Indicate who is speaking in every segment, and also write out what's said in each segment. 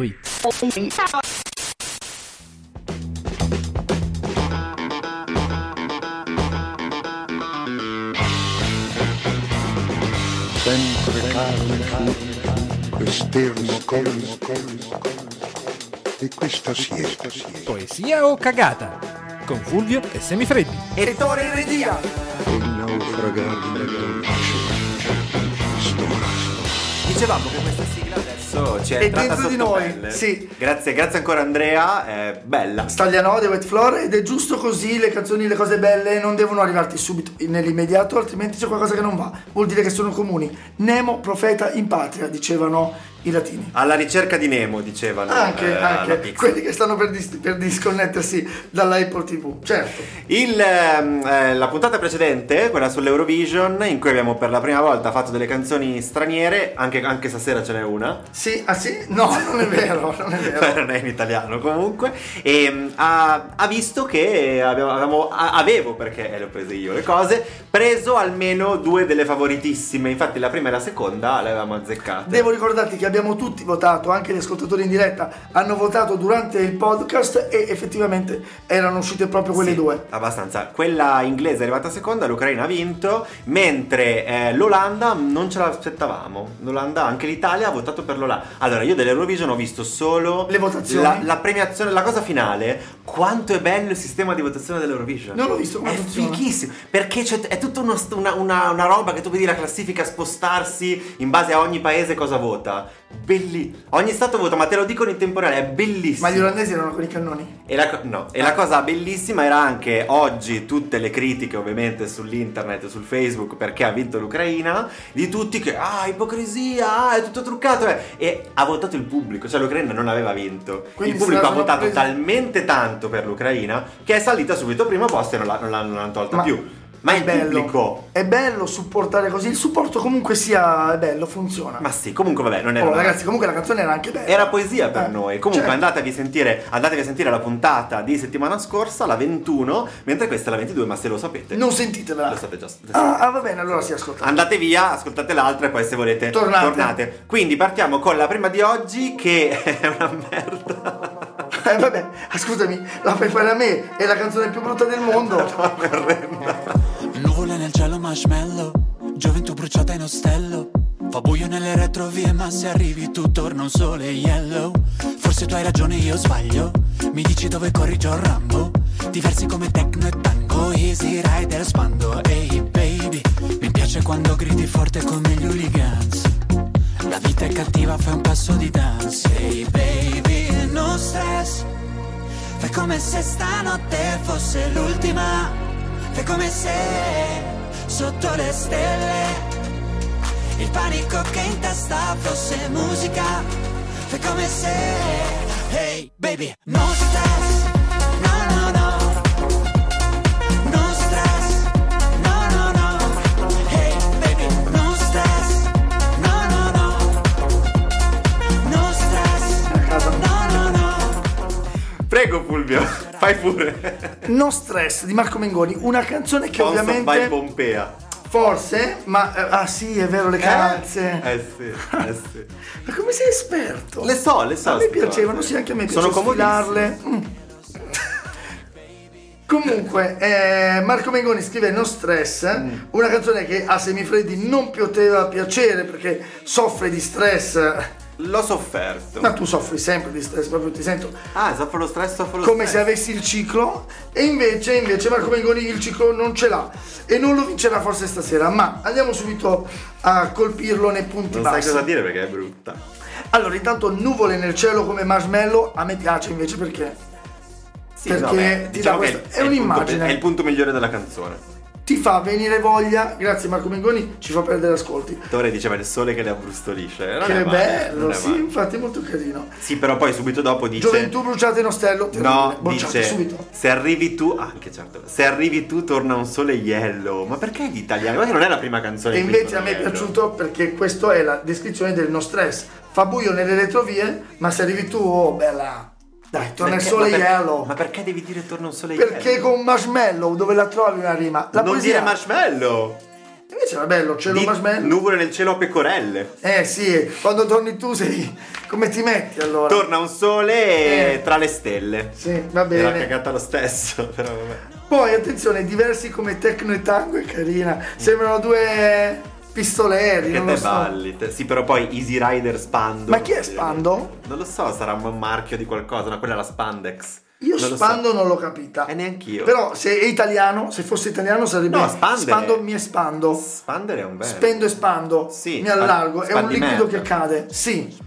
Speaker 1: mvradio.it.
Speaker 2: sempre carne fu, esterno colmo, colmo, e questa siesta, siesta,
Speaker 1: Poesia o cagata? Con Fulvio e Semifreddi.
Speaker 2: il naufragare da dolce, storasso.
Speaker 3: Dicevamo che questa sigla adesso Oh, ci è
Speaker 4: È
Speaker 3: entrata
Speaker 4: dentro di
Speaker 3: sotto
Speaker 4: noi,
Speaker 3: pelle.
Speaker 4: sì.
Speaker 3: Grazie, grazie ancora Andrea, è bella.
Speaker 4: Stagliano The White Floor ed è giusto così, le canzoni, le cose belle non devono arrivarti subito nell'immediato, altrimenti c'è qualcosa che non va. Vuol dire che sono comuni. Nemo profeta in patria, dicevano i latini.
Speaker 3: Alla ricerca di Nemo, dicevano.
Speaker 4: Anche,
Speaker 3: eh, alla
Speaker 4: anche
Speaker 3: Pixar.
Speaker 4: quelli che stanno per, dis- per disconnettersi dall'Apple TV, certo.
Speaker 3: Il, ehm, eh, la puntata precedente, quella sull'Eurovision, in cui abbiamo per la prima volta fatto delle canzoni straniere, anche, anche stasera ce n'è una.
Speaker 4: Sì, ah sì? No, non è vero, non è vero.
Speaker 3: non è in italiano comunque. E, mh, ha, ha visto che abbiamo- avevamo- a- avevo, perché eh, le ho prese io le cose, preso almeno due delle favoritissime. Infatti, la prima e la seconda le avevamo azzeccate.
Speaker 4: Devo ricordarti che abbiamo tutti votato, anche gli ascoltatori in diretta hanno votato durante il podcast e effettivamente erano uscite proprio quelle
Speaker 3: Sì,
Speaker 4: due.
Speaker 3: Abbastanza. Quella inglese è arrivata seconda, l'Ucraina ha vinto, mentre eh, l'Olanda non ce l'aspettavamo. L'Olanda, anche l'Italia ha votato per l'Olanda. Allora, io dell'Eurovision ho visto solo
Speaker 4: Le votazioni?
Speaker 3: La, la premiazione, la cosa finale. Quanto è bello il sistema di votazione dell'Eurovision.
Speaker 4: Non l'ho visto, come
Speaker 3: È
Speaker 4: funziona?
Speaker 3: fighissimo. Perché c'è- è tutta uno st- una, una- una roba che tu vedi la classifica spostarsi in base a ogni paese cosa vota. Belli. Ogni stato vota, ma te lo dicono in tempo reale, è bellissimo.
Speaker 4: Ma gli olandesi erano con i cannoni?
Speaker 3: E la, co- no, e la cosa bellissima era anche oggi tutte le critiche ovviamente sull'internet, sul Facebook perché ha vinto l'Ucraina, di tutti che ah ipocrisia, ah, è tutto truccato eh." e ha votato il pubblico, cioè l'Ucraina non aveva vinto.
Speaker 4: Quindi
Speaker 3: il
Speaker 4: se
Speaker 3: pubblico
Speaker 4: la
Speaker 3: ha
Speaker 4: sono
Speaker 3: votato
Speaker 4: presa-
Speaker 3: talmente tanto per l'Ucraina che è salita subito primo posto e non l'ha- non l'hanno non l'hanno tolta
Speaker 4: Ma-
Speaker 3: più. Ma il pubblico...
Speaker 4: È bello supportare così. Il supporto comunque sia è bello, funziona.
Speaker 3: Ma sì, comunque vabbè, non era...
Speaker 4: Oh,
Speaker 3: una-
Speaker 4: ragazzi, comunque la canzone era anche bella.
Speaker 3: Era poesia per
Speaker 4: Eh,
Speaker 3: noi. Comunque
Speaker 4: certo.
Speaker 3: andatevi, a sentire, andatevi a sentire la puntata di settimana scorsa, la 21, mentre questa è la 22, ma se lo sapete...
Speaker 4: Non sentitevela.
Speaker 3: Lo state già- lo state-
Speaker 4: Ah, ah, va bene, allora si ascolta.
Speaker 3: Andate via, ascoltate l'altra e poi se volete
Speaker 4: Tornate.
Speaker 3: Quindi partiamo con la prima di oggi che è una merda.
Speaker 4: Eh, vabbè, ah, scusami, la fai fare a me. È la canzone più brutta del mondo.
Speaker 5: Nuvole nel cielo marshmallow Gioventù bruciata in ostello Fa buio nelle retrovie ma se arrivi tu torna un sole yellow Forse tu hai ragione io sbaglio Mi dici dove corri John Rambo Diversi come techno e tango Easy rider spando Ehi baby Mi piace quando gridi forte come gli hooligans La vita è cattiva fai un passo di danza Ehi baby non stress Fai come se stanotte fosse l'ultima. Fai come se sotto le stelle il panico che in testa fosse musica. Fai come se, hey baby, non stress. no no no Non stress, no no no Hey baby, non stress, no no no Non stress, no no no
Speaker 3: Prego Fulvio, fai pure.
Speaker 4: No Stress di Marco Mengoni, una canzone che
Speaker 3: Sponsored by
Speaker 4: ovviamente
Speaker 3: Pompea.
Speaker 4: forse, ma eh, ah sì, è vero le calze.
Speaker 3: Eh sì, eh sì.
Speaker 4: Ma come sei esperto?
Speaker 3: Le so, le so.
Speaker 4: Oh. A me
Speaker 3: queste
Speaker 4: piacevano,
Speaker 3: cose.
Speaker 4: sì, anche a me
Speaker 3: Sono
Speaker 4: piace sfilarle. Mm. Comunque, eh, Marco Mengoni scrive No Stress, eh?
Speaker 3: Mm.
Speaker 4: una canzone che a Semifreddi non poteva piacere perché soffre di stress.
Speaker 3: L'ho sofferto.
Speaker 4: Ma tu soffri sempre di stress, proprio ti sento
Speaker 3: Ah, soffro lo stress, soffro lo
Speaker 4: come se
Speaker 3: stress.
Speaker 4: avessi il ciclo e invece, invece Marco Mengoni il ciclo non ce l'ha e non lo vincerà forse stasera, ma andiamo subito a colpirlo nei punti
Speaker 3: Non sai
Speaker 4: bassi.
Speaker 3: cosa dire perché è brutta.
Speaker 4: Allora, intanto nuvole nel cielo come marshmallow, a me piace invece perché
Speaker 3: Sì,
Speaker 4: Perché
Speaker 3: vabbè,
Speaker 4: ti
Speaker 3: diciamo
Speaker 4: dà
Speaker 3: che
Speaker 4: questa- è
Speaker 3: il punto
Speaker 4: un'immagine.
Speaker 3: pe- è il punto migliore della canzone.
Speaker 4: ti fa venire voglia, grazie Marco Mengoni, ci fa perdere ascolti.
Speaker 3: Tore diceva il sole che le abbrustolisce. Non
Speaker 4: Che
Speaker 3: è male, non
Speaker 4: bello,
Speaker 3: è
Speaker 4: sì,
Speaker 3: male.
Speaker 4: infatti è molto carino.
Speaker 3: Sì, però poi subito dopo dice...
Speaker 4: Gioventù bruciata in ostello,
Speaker 3: No,
Speaker 4: terribile, bocciato
Speaker 3: dice
Speaker 4: subito.
Speaker 3: se arrivi tu, ah, anche certo, se arrivi tu torna un sole yellow. Ma perché gli italiani? Ma che non è la prima canzone
Speaker 4: E
Speaker 3: in cui
Speaker 4: invece a
Speaker 3: torna
Speaker 4: me è
Speaker 3: yellow.
Speaker 4: piaciuto perché questa è la descrizione del no stress. Fa buio nelle retrovie, ma se arrivi tu, oh bella, dai, torna il
Speaker 3: Perché-
Speaker 4: sole
Speaker 3: ma per-
Speaker 4: yellow.
Speaker 3: Ma perché devi dire torna un sole
Speaker 4: Perché
Speaker 3: yellow?
Speaker 4: con marshmallow dove la trovi una rima? La
Speaker 3: non
Speaker 4: poesia
Speaker 3: dire marshmallow.
Speaker 4: Invece era bello, c'è lo
Speaker 3: Di
Speaker 4: marshmallow.
Speaker 3: nuvole nel cielo a pecorelle.
Speaker 4: Eh sì, quando torni tu sei. Come ti metti allora?
Speaker 3: Torna un sole e-
Speaker 4: Eh.
Speaker 3: tra le stelle.
Speaker 4: Sì, va
Speaker 3: Era
Speaker 4: bene.
Speaker 3: cagata lo stesso, però vabbè.
Speaker 4: Poi attenzione, diversi come Tecno e Tango è carina. Sembrano due pistoleri,
Speaker 3: Che
Speaker 4: non lo
Speaker 3: te
Speaker 4: so.
Speaker 3: balli. te- Sì, però poi Easy Rider Spando.
Speaker 4: Ma chi è
Speaker 3: non so-
Speaker 4: Spando?
Speaker 3: Non lo so, sarà un marchio di qualcosa, ma quella è la Spandex.
Speaker 4: Io
Speaker 3: Non lo so.
Speaker 4: Spando non l'ho capita.
Speaker 3: Eh, neanch'io.
Speaker 4: Però se è italiano, se fosse italiano sarebbe
Speaker 3: No, spandere.
Speaker 4: Spando mi espando.
Speaker 3: Spander è un bel.
Speaker 4: Spendo e spando.
Speaker 3: Sì,
Speaker 4: mi allargo. È un
Speaker 3: spandimento.
Speaker 4: liquido che cade. Sì.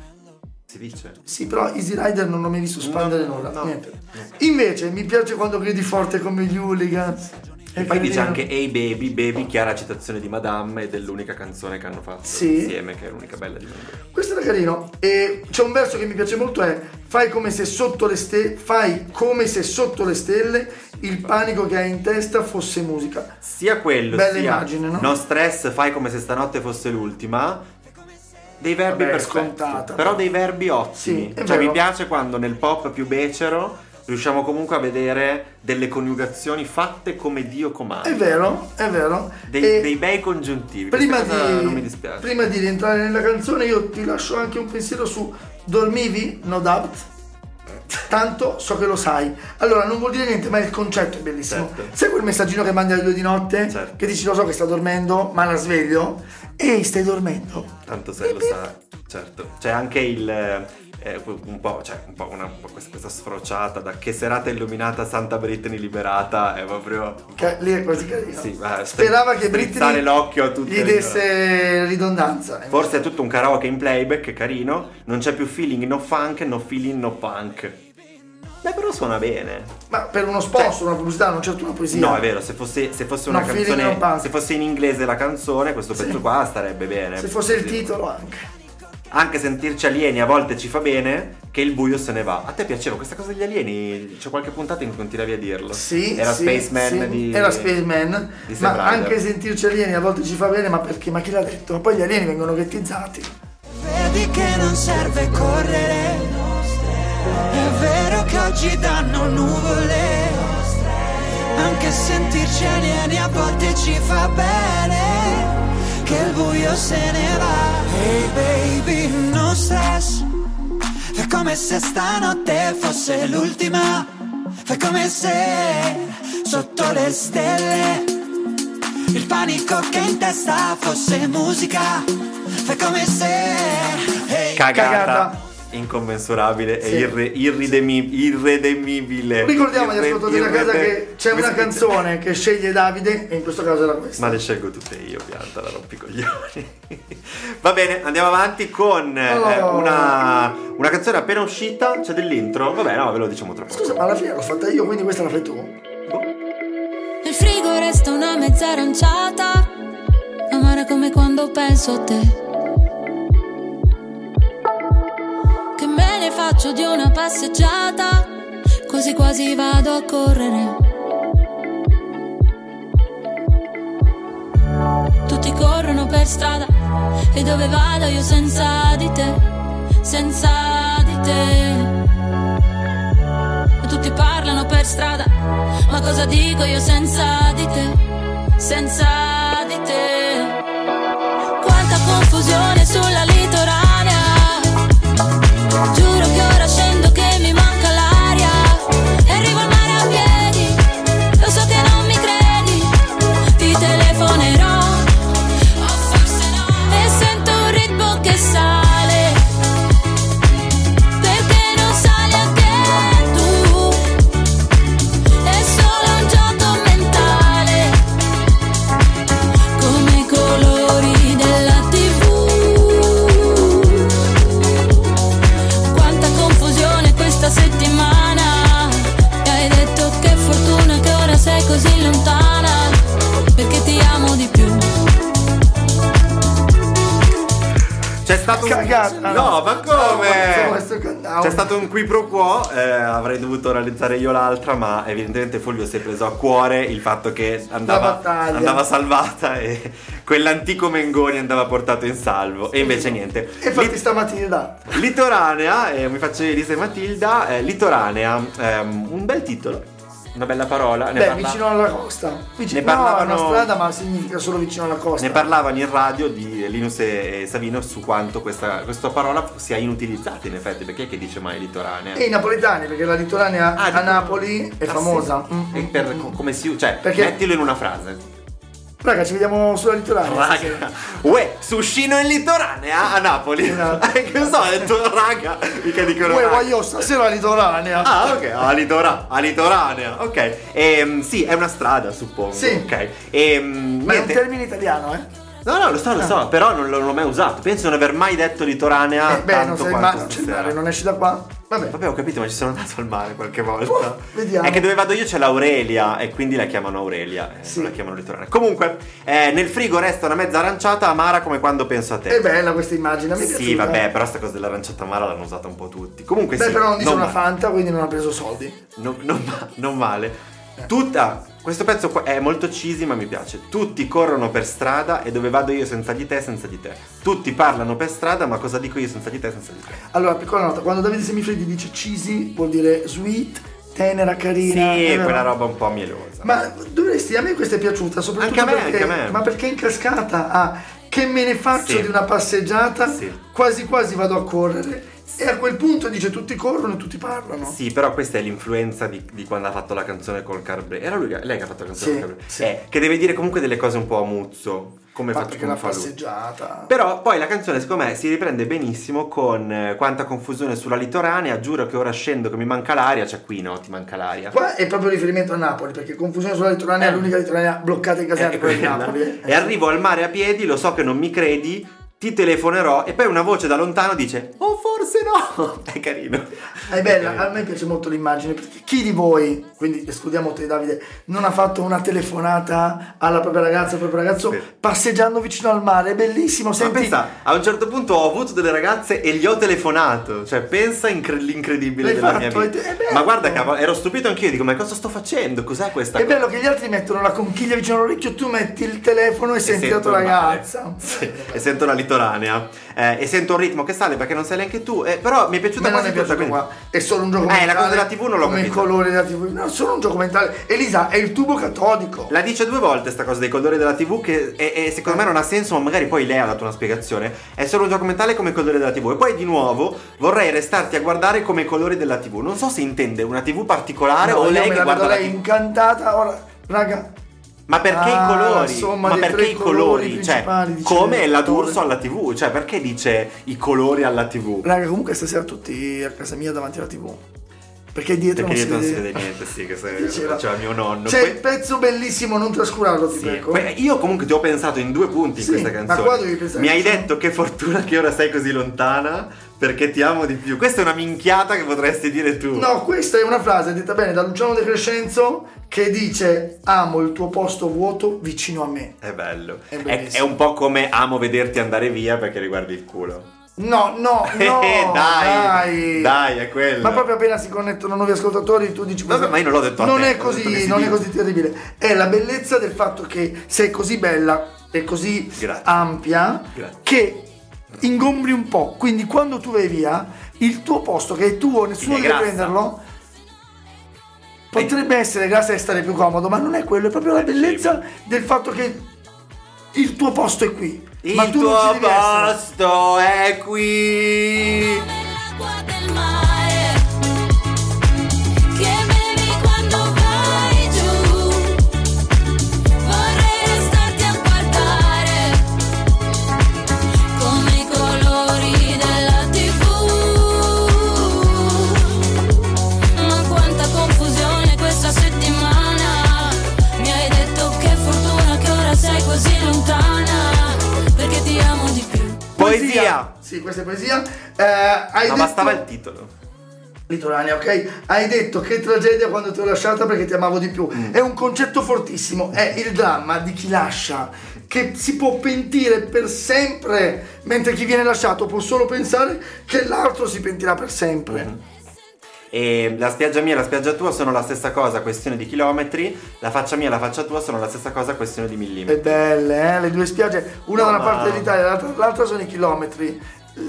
Speaker 3: Si dice.
Speaker 4: Sì, però Easy Rider non ho mai visto spandere
Speaker 3: No,
Speaker 4: nulla.
Speaker 3: no.
Speaker 4: Niente. Invece mi piace quando gridi forte come gli hooligans.
Speaker 3: E poi dice anche Hey Baby, Baby, chiara citazione di Madame ed è l'unica canzone che hanno fatto
Speaker 4: Sì.
Speaker 3: insieme, che è l'unica bella di Madame.
Speaker 4: Questo era carino. E c'è un verso che mi piace molto: è fai come se sotto le stelle, fai come se sotto le stelle il panico che hai in testa fosse musica.
Speaker 3: Sia quello,
Speaker 4: Bella
Speaker 3: sia
Speaker 4: immagine, no?
Speaker 3: stress, fai come se stanotte fosse l'ultima. Dei verbi
Speaker 4: Vabbè,
Speaker 3: per
Speaker 4: scontata.
Speaker 3: Però dei verbi ottimi.
Speaker 4: Sì, è
Speaker 3: cioè,
Speaker 4: vero.
Speaker 3: mi piace quando nel pop più becero riusciamo comunque a vedere delle coniugazioni fatte come Dio comanda.
Speaker 4: È vero, è vero.
Speaker 3: Dei,
Speaker 4: E
Speaker 3: dei bei congiuntivi.
Speaker 4: prima
Speaker 3: Questa cosa
Speaker 4: di,
Speaker 3: non mi dispiace.
Speaker 4: prima di rientrare nella canzone, io ti lascio anche un pensiero su Dormivi, no doubt. Tanto so che lo sai. Allora, non vuol dire niente, ma il concetto è bellissimo.
Speaker 3: Certo.
Speaker 4: Sai quel messaggino che mandi alle due di notte?
Speaker 3: Certo.
Speaker 4: Che dici lo so che sta dormendo, ma la sveglio. Ehi, stai dormendo.
Speaker 3: Tanto se lo sa, certo. C'è anche il. eh, un po', cioè, un po' una, un po' questa, questa sfrociata da che serata illuminata Santa Britney liberata è proprio.
Speaker 4: Ca- lì è quasi carino.
Speaker 3: Sì, ma-
Speaker 4: Sperava che
Speaker 3: strizzare
Speaker 4: Britney
Speaker 3: l'occhio a tutte
Speaker 4: gli
Speaker 3: le-
Speaker 4: desse ridondanza.
Speaker 3: Forse è tutto un karaoke in playback, carino. Non c'è più feeling no funk, no feeling no punk. Beh, però suona bene.
Speaker 4: Ma per uno sponsor, una pubblicità, non certo una poesia.
Speaker 3: Cioè- No, è vero, se fosse, se fosse una
Speaker 4: No feeling,
Speaker 3: canzone.
Speaker 4: no punk.
Speaker 3: se fosse in inglese la canzone, questo pezzo qua starebbe bene.
Speaker 4: Se fosse il
Speaker 3: Sì.
Speaker 4: titolo anche.
Speaker 3: Anche sentirci alieni a volte ci fa bene, che il buio se ne va. A te piaceva questa cosa degli alieni? C'è qualche puntata in cui continuavi a dirlo.
Speaker 4: Sì,
Speaker 3: Era
Speaker 4: sì,
Speaker 3: Spaceman
Speaker 4: sì.
Speaker 3: di.
Speaker 4: Era Spaceman,
Speaker 3: di Sam
Speaker 4: ma
Speaker 3: Ryder.
Speaker 4: anche sentirci alieni a volte ci fa bene, ma perché? Ma chi l'ha detto? Ma poi gli alieni vengono ghettizzati.
Speaker 5: Vedi che non serve correre. È vero che oggi danno nuvole. Anche sentirci alieni a volte ci fa bene. Che il buio se ne va. Ehi baby, non stress. Fai come se stanotte fosse l'ultima. Fai come se sotto le stelle. Il panico che in testa fosse musica. Fai come se. Hey.
Speaker 3: Cagata.
Speaker 4: Cagata.
Speaker 3: Incommensurabile
Speaker 4: Sì.
Speaker 3: e irre- irridemi- irredemibile.
Speaker 4: Ricordiamo agli
Speaker 3: Irre-
Speaker 4: ascoltatori della casa
Speaker 3: irrede-
Speaker 4: che c'è
Speaker 3: come
Speaker 4: una
Speaker 3: si dice?
Speaker 4: canzone che sceglie Davide, e in questo caso era questa.
Speaker 3: Ma le scelgo tutte io, pianta, la rompicoglioni. Va bene, andiamo avanti con eh,
Speaker 4: Oh.
Speaker 3: una, una canzone appena uscita. C'è dell'intro? Vabbè, no, ve lo diciamo tra poco.
Speaker 4: Scusa, ma alla fine l'ho fatta io, quindi questa la fai tu.
Speaker 6: Nel frigo resta una mezza aranciata, amara come quando penso a te. Che me ne faccio di una passeggiata, quasi quasi vado a correre. Tutti corrono per strada e dove vado io senza di te, senza di te. E tutti parlano per strada, ma cosa dico io senza di te, senza di te? Quanta confusione sulla litoranea, giuro che ora scendo che mi manca l'aria, e arrivo al mare a piedi, lo so che non mi credi, ti telefonerò, o forse no, e sento un ritmo che sale. Perché non sali anche tu? È solo un gioco mentale, come i colori della TV. Quanta confusione questa settimana! E hai detto che fortuna che ora sei così lontana, perché ti amo di più.
Speaker 3: C'è stato un.
Speaker 4: Cagata.
Speaker 3: No, ma
Speaker 4: No,
Speaker 3: come?
Speaker 4: questo cantavo.
Speaker 3: C'è stato un qui pro quo, eh, avrei dovuto realizzare io l'altra, ma evidentemente Fulvio si è preso a cuore il fatto che andava,
Speaker 4: battaglia.
Speaker 3: andava salvata e quell'antico Mengoni andava portato in salvo. E invece niente.
Speaker 4: E infatti stamattina da.
Speaker 3: Lit- Litoranea, eh, mi faccio Elisa e Matilda, eh, Litoranea, ehm, un bel titolo. Una bella parola. Ne,
Speaker 4: Beh,
Speaker 3: parla-
Speaker 4: vicino alla costa. Vicino,
Speaker 3: Ne
Speaker 4: No, è
Speaker 3: parlavano-
Speaker 4: una strada, ma significa solo vicino alla costa.
Speaker 3: ne parlavano in radio di Linus e e Savino su quanto questa, questa parola sia inutilizzata in effetti, perché chi dice mai litoranea?
Speaker 4: e i napoletani, perché la litoranea
Speaker 3: Ah,
Speaker 4: a
Speaker 3: dicono-
Speaker 4: Napoli è
Speaker 3: Ah,
Speaker 4: famosa.
Speaker 3: sì.
Speaker 4: Mm,
Speaker 3: E
Speaker 4: mm,
Speaker 3: per
Speaker 4: mm.
Speaker 3: co- come si cioè,
Speaker 4: Perché- Eh,
Speaker 3: mettilo in una frase.
Speaker 4: Raga, ci vediamo sulla litoranea. stasera.
Speaker 3: Raga, uè, suscino in litoranea a Napoli.
Speaker 4: No.
Speaker 3: che so, ho detto raga, mica dicono
Speaker 4: Uè,
Speaker 3: raga.
Speaker 4: voglio stasera la litoranea.
Speaker 3: Ah, ok, a, litora- a litoranea, ok. Ehm, sì, è una strada, suppongo.
Speaker 4: Sì.
Speaker 3: Ok. Ehm,
Speaker 4: Ma è un
Speaker 3: niente.
Speaker 4: termine italiano, eh?
Speaker 3: No, no, lo so, lo so, però non, l'ho- non l'ho mai usato. Penso di non aver mai detto litoranea
Speaker 4: Eh, beh, non
Speaker 3: Ah, tanto
Speaker 4: sei il
Speaker 3: quanto
Speaker 4: mare, non c'è il
Speaker 3: stasera.
Speaker 4: mare, non esci da qua. Vabbè.
Speaker 3: Vabbè, ho capito, ma ci sono andato al mare qualche volta.
Speaker 4: Uh, vediamo.
Speaker 3: È che dove vado io c'è l'Aurelia e quindi la chiamano Aurelia, eh,
Speaker 4: Sì.
Speaker 3: non la chiamano litoranea. Comunque, eh, nel frigo resta una mezza aranciata amara come quando penso a te.
Speaker 4: È bella questa immagine, Eh mi è
Speaker 3: Sì,
Speaker 4: piaciuta. eh.
Speaker 3: vabbè, però sta cosa dell'aranciata amara l'hanno usata un po' tutti. Comunque
Speaker 4: Beh,
Speaker 3: sì.
Speaker 4: però non dice una
Speaker 3: male.
Speaker 4: Fanta, quindi non ha preso soldi.
Speaker 3: Non, non ma- non male. Tutta. Questo pezzo qua è molto cheesy ma mi piace. Tutti corrono per strada e dove vado io senza di te, senza di te. Tutti parlano per strada, ma cosa dico io senza di te, senza di te?
Speaker 4: Allora, piccola nota, quando Davide Semifreddi dice cheesy vuol dire sweet, tenera, carina. eh, è
Speaker 3: Sì,
Speaker 4: vero.
Speaker 3: quella roba un po' mielosa.
Speaker 4: Ma dovresti, a me questa è piaciuta, soprattutto
Speaker 3: Anche a me,
Speaker 4: perché,
Speaker 3: anche a me.
Speaker 4: ma perché in cascata ah, che me ne faccio
Speaker 3: Sì.
Speaker 4: di una passeggiata,
Speaker 3: Sì.
Speaker 4: quasi quasi vado a correre e a quel punto dice tutti corrono e tutti parlano.
Speaker 3: Sì, però questa è l'influenza di, di quando ha fatto la canzone col Carbre. Era lui, che- lei che ha fatto la canzone
Speaker 4: Sì,
Speaker 3: col Carbre.
Speaker 4: sì.
Speaker 3: Eh, che deve dire comunque delle cose un po' a muzzo. Come
Speaker 4: Ma
Speaker 3: fa,
Speaker 4: perché
Speaker 3: come
Speaker 4: una
Speaker 3: fa lui.
Speaker 4: passeggiata.
Speaker 3: Però poi la canzone, secondo me, si riprende benissimo con eh, quanta confusione sulla litoranea. Giuro che ora scendo che mi manca l'aria. Cioè, qui no, ti manca l'aria.
Speaker 4: Qua è proprio riferimento a Napoli, perché confusione sulla litoranea è
Speaker 3: Eh.
Speaker 4: l'unica litoranea bloccata in caserta
Speaker 3: Eh,
Speaker 4: quella di
Speaker 3: quella.
Speaker 4: Napoli. eh.
Speaker 3: E arrivo al mare a piedi, lo so che non mi credi, ti telefonerò e poi una voce da lontano dice "Oh, forse no". È carino. Eh,
Speaker 4: È bella, a
Speaker 3: carino.
Speaker 4: me piace molto l'immagine, perché chi di voi, quindi escludiamo te Davide, non ha fatto una telefonata alla propria ragazza, al proprio ragazzo,
Speaker 3: Sì.
Speaker 4: passeggiando vicino al mare, è bellissimo,
Speaker 3: Ma
Speaker 4: senti,
Speaker 3: pensa, a un certo punto ho avuto delle ragazze e gli ho telefonato. Cioè, pensa incre- l'incredibile
Speaker 4: L'hai
Speaker 3: della
Speaker 4: fatto?
Speaker 3: mia vita.
Speaker 4: È bello.
Speaker 3: Ma guarda che avo- ero stupito anch'io, dico, ma cosa sto facendo? Cos'è questa
Speaker 4: È
Speaker 3: cosa?
Speaker 4: bello che gli altri mettono la conchiglia vicino all'orecchio, tu metti il telefono e, senti la
Speaker 3: sento
Speaker 4: tua
Speaker 3: il mare.
Speaker 4: ragazza.
Speaker 3: Sì, e sento la litoranea. Eh, e sento un ritmo che sale perché non sai neanche tu. Eh, però mi è
Speaker 4: A
Speaker 3: piaciuta
Speaker 4: me non
Speaker 3: quasi
Speaker 4: è
Speaker 3: tutta, quindi-
Speaker 4: piaciuto qua. È solo un gioco
Speaker 3: Eh, la cosa della TV non l'ho
Speaker 4: come il
Speaker 3: capita.
Speaker 4: colore della TV. No, solo un gioco mentale. Elisa, è il tubo catodico.
Speaker 3: La dice due volte sta cosa dei colori della TV che e- e secondo me non ha senso, ma magari poi lei ha dato una spiegazione. È solo un gioco mentale come i colori della TV. E poi di nuovo vorrei restarti a guardare come i colori della TV. Non so se intende una TV particolare
Speaker 4: No,
Speaker 3: o
Speaker 4: io
Speaker 3: lei
Speaker 4: me
Speaker 3: che
Speaker 4: la
Speaker 3: guarda
Speaker 4: vedo
Speaker 3: la
Speaker 4: lei
Speaker 3: TV.
Speaker 4: incantata. Ora, raga,
Speaker 3: Ma perché i
Speaker 4: Ah, la
Speaker 3: colori?
Speaker 4: somma
Speaker 3: Ma
Speaker 4: dei
Speaker 3: perché
Speaker 4: tre
Speaker 3: i colori?
Speaker 4: colori
Speaker 3: Cioè,
Speaker 4: principali, dice
Speaker 3: come la
Speaker 4: l'autore.
Speaker 3: D'Urso alla TV? Cioè, perché dice i colori alla TV?
Speaker 4: raga, comunque stasera tutti a casa mia davanti alla TV. Perché dietro
Speaker 3: Perché dietro
Speaker 4: non si vede, Cioè,
Speaker 3: niente, sì, che se-
Speaker 4: Diceva-
Speaker 3: faceva mio nonno.
Speaker 4: C'è
Speaker 3: Que-
Speaker 4: il pezzo bellissimo, non trascurarlo, ti
Speaker 3: Sì,
Speaker 4: prego.
Speaker 3: que- io comunque ti ho pensato in due punti
Speaker 4: Ecco. Sì,
Speaker 3: in questa
Speaker 4: ma
Speaker 3: canzone.
Speaker 4: qua dovevi pensare
Speaker 3: Mi hai
Speaker 4: che sono-
Speaker 3: detto che fortuna che ora sei così lontana perché ti amo di più. Questa è una minchiata che potresti dire tu.
Speaker 4: No, questa è una frase detta bene da Luciano De Crescenzo che dice amo il tuo posto vuoto vicino a me.
Speaker 3: È bello.
Speaker 4: È
Speaker 3: È, è
Speaker 4: bellissimo.
Speaker 3: un po' come amo vederti andare via perché riguardi il culo.
Speaker 4: No, no, no,
Speaker 3: Eh, dai,
Speaker 4: dai.
Speaker 3: dai, è quello.
Speaker 4: Ma proprio appena si connettono nuovi ascoltatori, tu dici
Speaker 3: Vabbè,
Speaker 4: cosa-
Speaker 3: ma io non l'ho detto a
Speaker 4: Non
Speaker 3: te, l'ho
Speaker 4: è
Speaker 3: detto che
Speaker 4: così,
Speaker 3: si
Speaker 4: non è
Speaker 3: dice.
Speaker 4: così terribile. È la bellezza del fatto che sei così bella e così
Speaker 3: Grazie.
Speaker 4: ampia
Speaker 3: Grazie.
Speaker 4: che ingombri un po'. Quindi quando tu vai via, il tuo posto che è tuo, nessuno
Speaker 3: Quindi è
Speaker 4: deve
Speaker 3: grassa.
Speaker 4: prenderlo. Potrebbe essere grassa e stare più comodo, ma non è quello, è proprio la
Speaker 3: Eh, sì,
Speaker 4: bellezza del fatto che il tuo posto è qui. ma
Speaker 3: il
Speaker 4: tu
Speaker 3: tuo
Speaker 4: non ci devi essere.
Speaker 3: posto è qui.
Speaker 6: Nell'acqua del mare Che bevi quando vai giù Vorrei restarti a guardare Come i colori della tv Ma quanta confusione questa settimana Mi hai detto che fortuna che ora sei così lontana Perché ti amo di più
Speaker 3: Poesia.
Speaker 4: Sì, questa è poesia. Eh, hai
Speaker 3: No,
Speaker 4: detto...
Speaker 3: bastava il titolo.
Speaker 4: Litorania, ok? Hai detto che tragedia quando ti ho lasciata perché ti amavo di più.
Speaker 3: Mm.
Speaker 4: È un concetto fortissimo, è il dramma di chi lascia, che si può pentire per sempre, mentre chi viene lasciato può solo pensare che l'altro si pentirà per sempre.
Speaker 3: Mm. E la spiaggia mia e la spiaggia tua sono la stessa cosa, questione di chilometri. La faccia mia e la faccia tua sono la stessa cosa, questione di
Speaker 4: E
Speaker 3: millimetri.
Speaker 4: belle, eh? Le due spiagge, una
Speaker 3: No,
Speaker 4: da una
Speaker 3: ma-
Speaker 4: parte dell'Italia, l'altra, l'altra sono i chilometri.